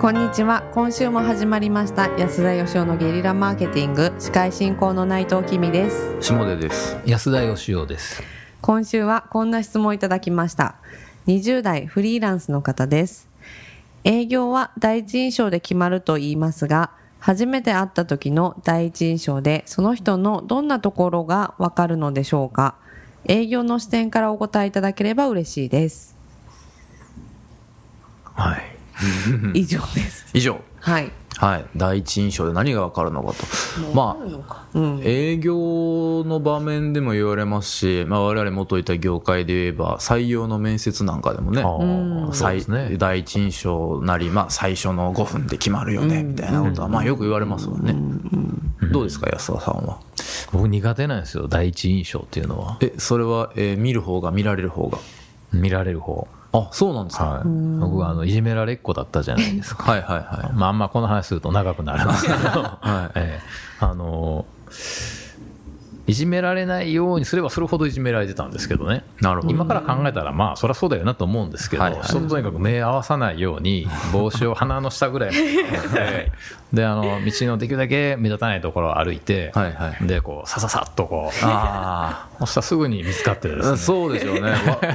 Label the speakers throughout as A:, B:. A: こんにちは今週も始まりました安田義生のゲリラマーケティング司会進行の内藤きみです
B: 下出です
C: 安田義雄です。
A: 今週はこんな質問をいただきました20代フリーランスの方です営業は第一印象で決まると言いますが初めて会った時の第一印象でその人のどんなところがわかるのでしょうか営業の視点からお答えいただければ嬉しいです
B: はい
A: 以上です
B: 以上
A: はい
B: はい第一印象で何が分かるのかとまあ、営業の場面でも言われますし、まあ、我々元いた業界で言えば採用の面接なんかでもね
C: ああ、そう
B: 最
C: ですね。
B: 第一印象なり、まあ、最初の5分で決まるよねみたいなことは、まあ、よく言われますもんね、どうですか安田さんは
C: 僕苦手なんですよ、第一印象っていうのは。
B: えそれは、えー見る方が見られる方が
C: 見られる方。
B: あそうなんですか、
C: はい。僕はあの、いじめられっ子だったじゃない ですか。
B: はい、はいはい
C: まあ、あんまこの話すると長くなる んですけど、ええあのいじめられないようにすればするほどいじめられてたんですけどね。
B: なるほど
C: 今から考えたら、まあ、そりゃそうだよなと思うんですけど、
B: はいはい
C: 人ととにかく目合わさないよう に、帽子を鼻の下ぐらいまでええで、あの、道のできるだけ目立たないところを歩いて、
B: はいはい
C: で、こう、さささっとこう、
B: ああ
C: そしたらすぐに見つかってです
B: うん
C: ね。
B: そうでしょ うね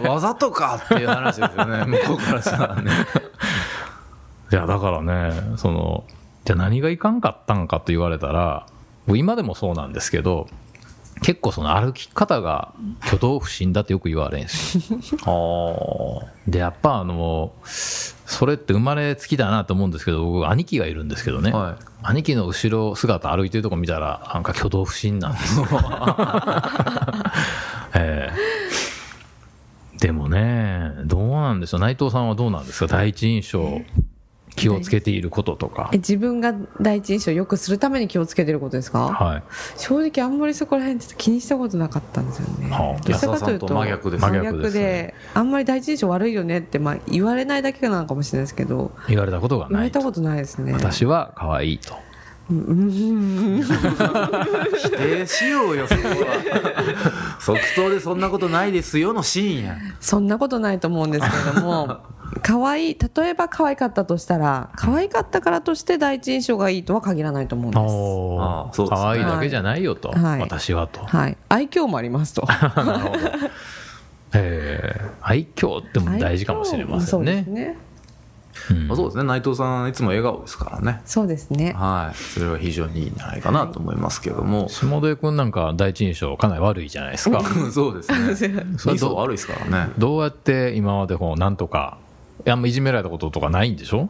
B: わわざとかっていう話ですよ ね向こうからしたらね
C: いや、だからね、その、じゃあ何がいかんかったんかと言われたら、僕今でもそうなんですけど、結構その歩き方が挙動不審だってよく言われるんですよ。 で、やっぱあの、それって生まれつきだなと思うんですけど、僕兄貴がいるんですけどね、
B: はい
C: 兄貴の後ろ姿歩いてるとこ見たら、なんか挙動不審なんですよ。ええでもね、どうなんでしょう。内藤さんはどうなんですか第一印象、気をつけていることとか
A: え。自分が第一印象を良くするために気をつけてることですか
C: はい。
A: 正直あんまりそこら辺ちょっと気にしたことなかったんですよね、
C: はあ
A: どちらかという
B: 安田さ
A: と
B: んと真逆です
C: ね
A: 真逆で
C: 真逆ですね
A: あんまり第一印象悪いよねって、まあ、言われないだけなのかもしれないですけど
C: 言われたことが
A: 言わ
C: な
A: れ
C: い
A: た
C: と。
A: ことないですね
C: 私は可愛いと。
B: 否定しようよそこは 即答でそんなことないですよのシーンや
A: そんなことないと思うんですけれども可愛い例えば可愛かったとしたら可愛かったからとして第一印象がいいとは限らないと思うんです
B: あ
C: あ
B: あそうですね
C: 可愛いだけじゃないよと。
A: はい
C: 私はと。
A: はい愛嬌もありますと
C: なるほど。ええ愛嬌っても大事かもしれません
A: 愛嬌もそうで
C: ね
A: す。ね
C: うん
B: まあそうですね内藤さんいつも笑顔ですからね
A: そうですね
B: はいそれは非常にいいんじゃないかなと思いますけども、
C: 下出君なんか第一印象かなり悪いじゃないですか。
B: そうですね
C: それ
B: 味噌悪いですからね
C: どうやって今までこうなんとかあんまいじめられたこととかないんでしょ、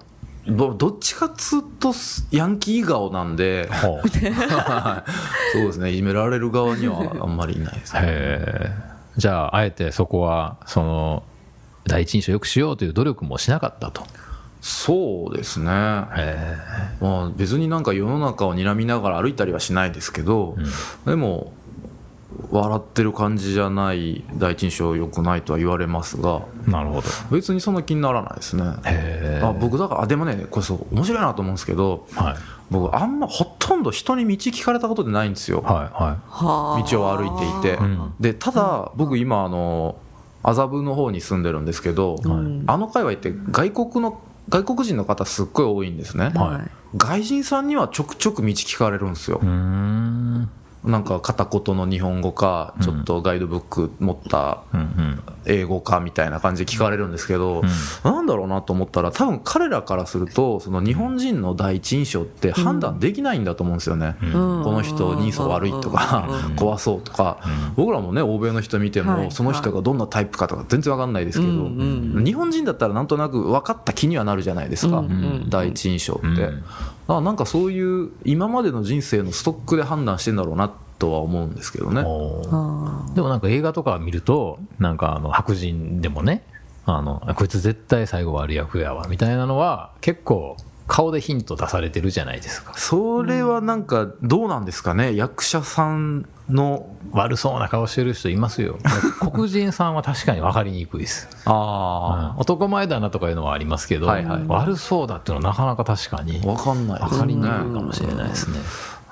B: どどっちかっつうとヤンキー顔なんで
C: ほ
B: は
C: う
B: い そうですねいじめられる側にはあんまりいないですね
C: へえじゃああえてそこはその第一印象よくしようという努力もしなかったと
B: そうですね
C: へ
B: まあ、別になんか世の中を睨みながら歩いたりはしないですけど、でも笑ってる感じじゃない第一印象良くないとは言われますが
C: えなるほど
B: 別にそんな気にならないですね
C: へえ
B: あ僕だからあでもねこれそう面白いなと思うんですけど
C: はい
B: 僕あんまほとんど人に道聞かれたことってないんですよ、
C: はいはい
A: はあ
B: 道を歩いていて、
C: うん
B: でただ僕今あの麻布の方に住んでるんですけど、
A: ん
B: あの界隈って外国の外国人の方すっごい多いんですね、
A: はい
B: 外人さんにはちょくちょく道聞かれるんですよ
C: うー、ん
B: なんか片言の日本語かちょっとガイドブック持った
C: うんうん
B: 英語かみたいな感じで聞かれるんですけど、なんだろうなと思ったら多分彼らからするとその日本人の第一印象って判断できないんだと思うんですよね、
A: うん
B: この人人相悪いとか、怖そうとか、僕らもね欧米の人見ても、
A: はい
B: その人がどんなタイプかとか全然わかんないですけど、
A: うん
B: 日本人だったらなんとなく分かった気にはなるじゃないですか、
A: うんうん
B: 第一印象って、
C: うん
B: だからなんかそういう今までの人生のストックで判断してんだろうなとは思うんですけどね
C: おー
A: あ
C: でもなんか映画とか見るとなんかあの白人でもねあのあこいつ絶対最後悪役やわみたいなのは結構顔でヒント出されてるじゃないですか
B: それはなんかどうなんですかね役者さんの
C: 悪そうな顔してる人いますよ黒人さんは確かに分かりにくいです
B: あ
C: 男前だなとかいうのはありますけど、
B: はいはい
C: 悪そうだっていうのはなかなか確かに
B: あ、わかんないで
C: 分
B: す
C: か
B: ね
C: りにくいかもしれないですね。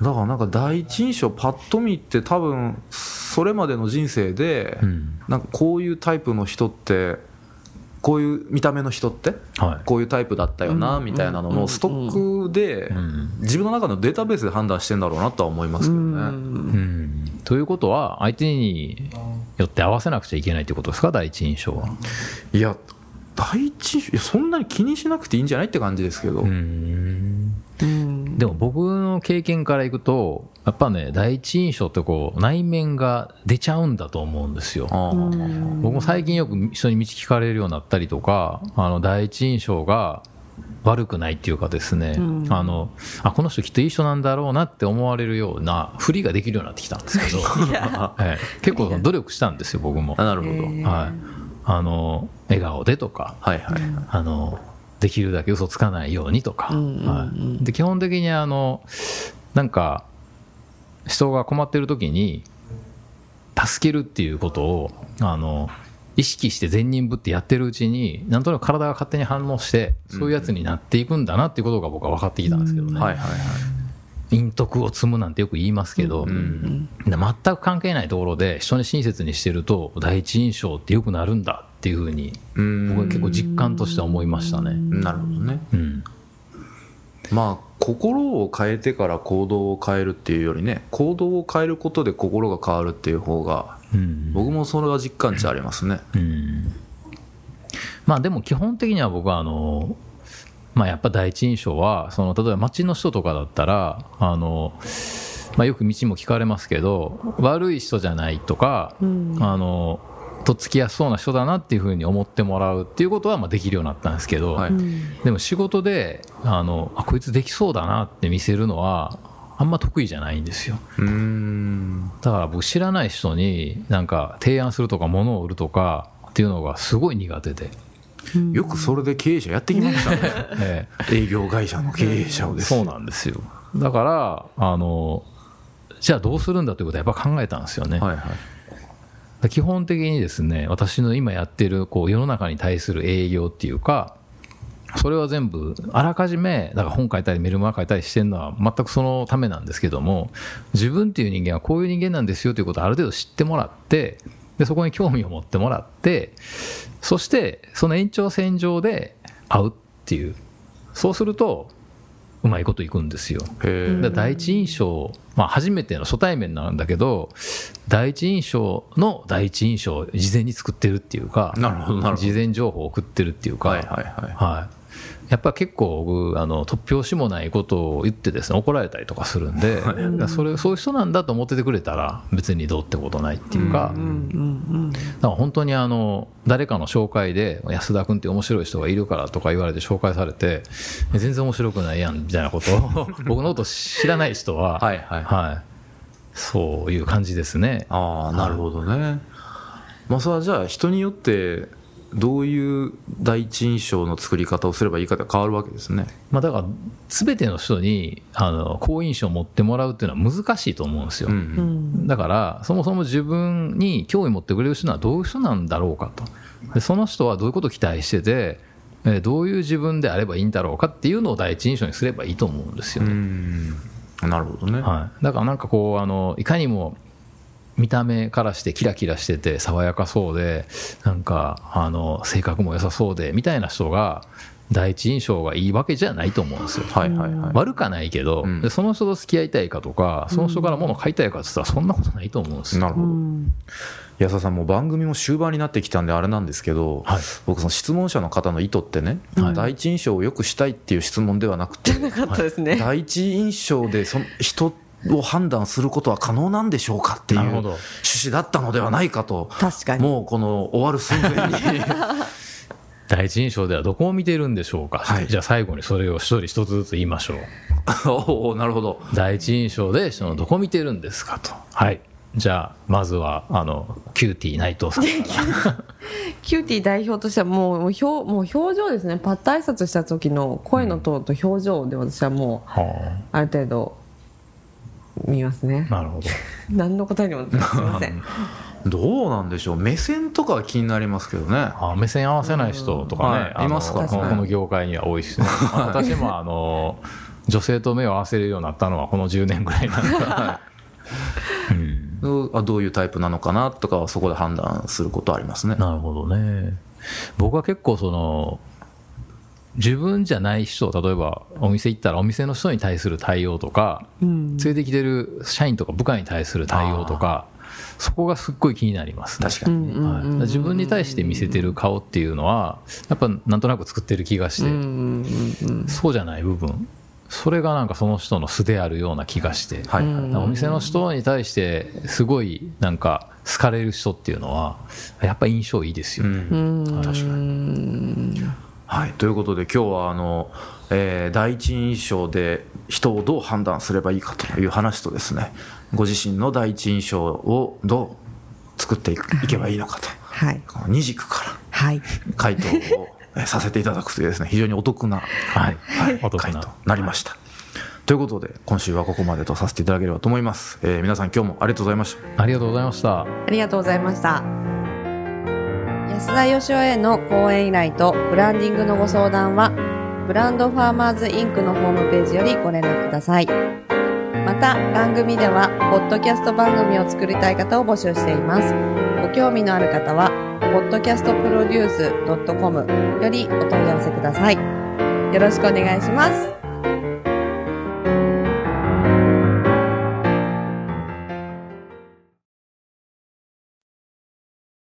B: だからなんか第一印象パッと見って多分それまでの人生で、
C: うん
B: なんかこういうタイプの人ってこういう見た目の人って
C: はい
B: こういうタイプだったよなみたいなののストックで
C: ん
B: 自分の中のデータベースで判断してんだろうなとは思いますけどね。
C: うんということは相手によって合わせなくちゃいけないということですか第一印象はい
B: や第一印象いやそんなに気にしなくていいんじゃないって感じですけど、
C: でも僕の経験からいくとやっぱね第一印象ってこう内面が出ちゃうんだと思うんですよ
B: ああ
C: 僕も最近よく人に道聞かれるようになったりとかあの第一印象が悪くないっていうかですね、あのあこの人きっといい人なんだろうなって思われるようなふりができるようになってきたんですけど、ええ結構努力したんですよ僕も、
B: あ
C: はい、
B: なるほど、
C: あの笑顔でとか
B: はいはいはい
C: あのできるだけ嘘つかないようにとか、はい、で基本的にあのなんか人が困ってる時に助けるっていうことをあの意識して善人ぶってやってるうちになんとなく体が勝手に反応してそういうやつになっていくんだなっていうことが僕は分かってきたんですけどね、
B: はいはいはい
C: 陰徳を積むなんてよく言いますけど、で全く関係ないところで人に親切にしてると第一印象ってよくなるんだっていうふうに
B: うん
C: 僕は結構実感として思いましたね。
B: なるほどね
C: うん
B: まあ心を変えてから行動を変えるっていうよりね行動を変えることで心が変わるっていう方が
C: うん
B: 僕もそれは実感値ありますね
C: うんまあでも基本的には僕はあの、まあ、やっぱ第一印象はその例えば街の人とかだったらあの、まあ、よく道も聞かれますけど悪い人じゃないとか、あのとっつきやすそうな人だなっていうふうに思ってもらうっていうことはまあできるようになったんですけど、
B: はい、
C: でも仕事であのあこいつできそうだなって見せるのはあんま得意じゃないんですよ。
B: うーん
C: だから僕知らない人になんか提案するとか物を売るとかっていうのがすごい苦手で、
B: よくそれで経営者やってきましたね
C: え
B: 営業会社の経営者を
C: え
B: です
C: そうなんですよだからあのじゃあどうするんだということはやっぱ考えたんですよね、
B: はいはい
C: 基本的にですね私の今やってるこう世の中に対する営業っていうかそれは全部あらかじめだから本書いたりメルマガ書いたりしてるのは全くそのためなんですけども自分っていう人間はこういう人間なんですよということをある程度知ってもらってでそこに興味を持ってもらってそしてその延長線上で会うっていうそうするとうまいこといくんですよ。
B: へえ
C: だから第一印象、まあ、初めての初対面なんだけど第一印象の第一印象を事前に作ってるっていうか
B: なるほどなるほど
C: 事前情報を送ってるっていうか、
B: はいはいは
C: はいやっぱ結構僕あの突拍子もないことを言ってですね怒られたりとかするんで、だからそれそういう人なんだと思っててくれたら別にどうってことないっていうか、だから本当にあの誰かの紹介で安田君って面白い人がいるからとか言われて紹介されてえ全然面白くないやんみたいなことを僕のこと知らない人は、
B: はいはい
C: そういう感じですね。
B: ああなるほどねまあそれはじゃあ人によってどういう第一印象の作り方をすればいいかって変わるわけですね
C: まあ、だから全ての人にあの好印象を持ってもらうっていうのは難しいと思うんですよ。
B: うんうん
C: だからそもそも自分に興味持ってくれる人はどういう人なんだろうかとでその人はどういうことを期待してて、えーどういう自分であればいいんだろうかっていうのを第一印象にすればいいと思うんですよね、
B: うんなるほどね、
C: はい、だからなんかこうあのいかにも見た目からしてキラキラしてて爽やかそうでなんかあの性格も良さそうでみたいな人が第一印象がいいわけじゃないと思うんですよ
B: はいはいはい
C: 悪かないけど、
B: ん
C: でその人と付き合いたいかとかその人から物を買いたいかって言ったらそんなことないと思うんですよ
B: なるほど、安田さんもう番組も終盤になってきたんであれなんですけど、
C: はい
B: 僕その質問者の方の意図ってね、第一印象を良くしたいっていう質問ではな くて
A: なかったですね。
B: 第一印象でその人を判断することは可能なんでしょうかっていう
C: なるほ
B: 趣
C: ど
B: 旨だったのではないかと
A: 確かに
B: もうこの終わる寸前に
C: 第一印象ではどこを見てるんでしょうか、
B: はい
C: じゃあ最後にそれを一人一つずつ言いましょう
B: おおなるほど
C: 第一印象でそのどこ見てるんですかとはいじゃあまずはあのキューティー内藤さんから
A: キューティー代表としてはもう表もう表情ですねパッと挨拶した時の声のトーンと表情で私はもう
C: は
A: ある程度見ますね
C: あなるほど
A: 何の答えにもすいません
B: どうなんでしょう目線とかは気になりますけどね
C: あ目線合わせない人とかね、
B: はい
C: あの
B: いますからね
C: このこの業界には多 いし、ね、私もあの女性と目を合わせるようになったのはこの10年ぐらいなんで、うん
B: どうあどういうタイプなのかなとかはそこで判断することはありますね
C: なるほどね僕は結構その自分じゃない人例えばお店行ったらお店の人に対する対応とか、
A: うん
C: 連れてきてる社員とか部下に対する対応とかそこがすっごい気になります、
B: 確かにね、
A: うんうん
C: はい、だから自分に対して見せてる顔っていうのはやっぱなんとなく作ってる気がして、
A: うんうんうん
C: そうじゃない部分それがなんかその人の素であるような気がして、
B: はいはい、
A: うん
C: お店の人に対してすごいなんか好かれる人っていうのはやっぱ印象いいですよ
B: う
C: ね、
B: ん
A: うん
B: 確か
A: に
B: はい、ということで今日はあの、えー第一印象で人をどう判断すればいいかという話とですねご自身の第一印象をどう作っていくいけばいいのかと
A: はい
B: この二軸か
A: はい
B: ら回答をえーさせていただくというですね非常にお得な、はいはい、
C: お得
B: 回
C: な
B: となりました。ということで今週はここまでとさせていただければと思います、えー皆さん今日もありがとうございました
C: ありがとうございました
A: ありがとうございました安田義雄への講演依頼とブランディングのご相談はブランドファーマーズインクのホームページよりご連絡くださいまた番組ではポッドキャスト番組を作りたい方を募集していますご興味のある方は podcastproduce.com よりお問い合わせくださいよろしくお願いします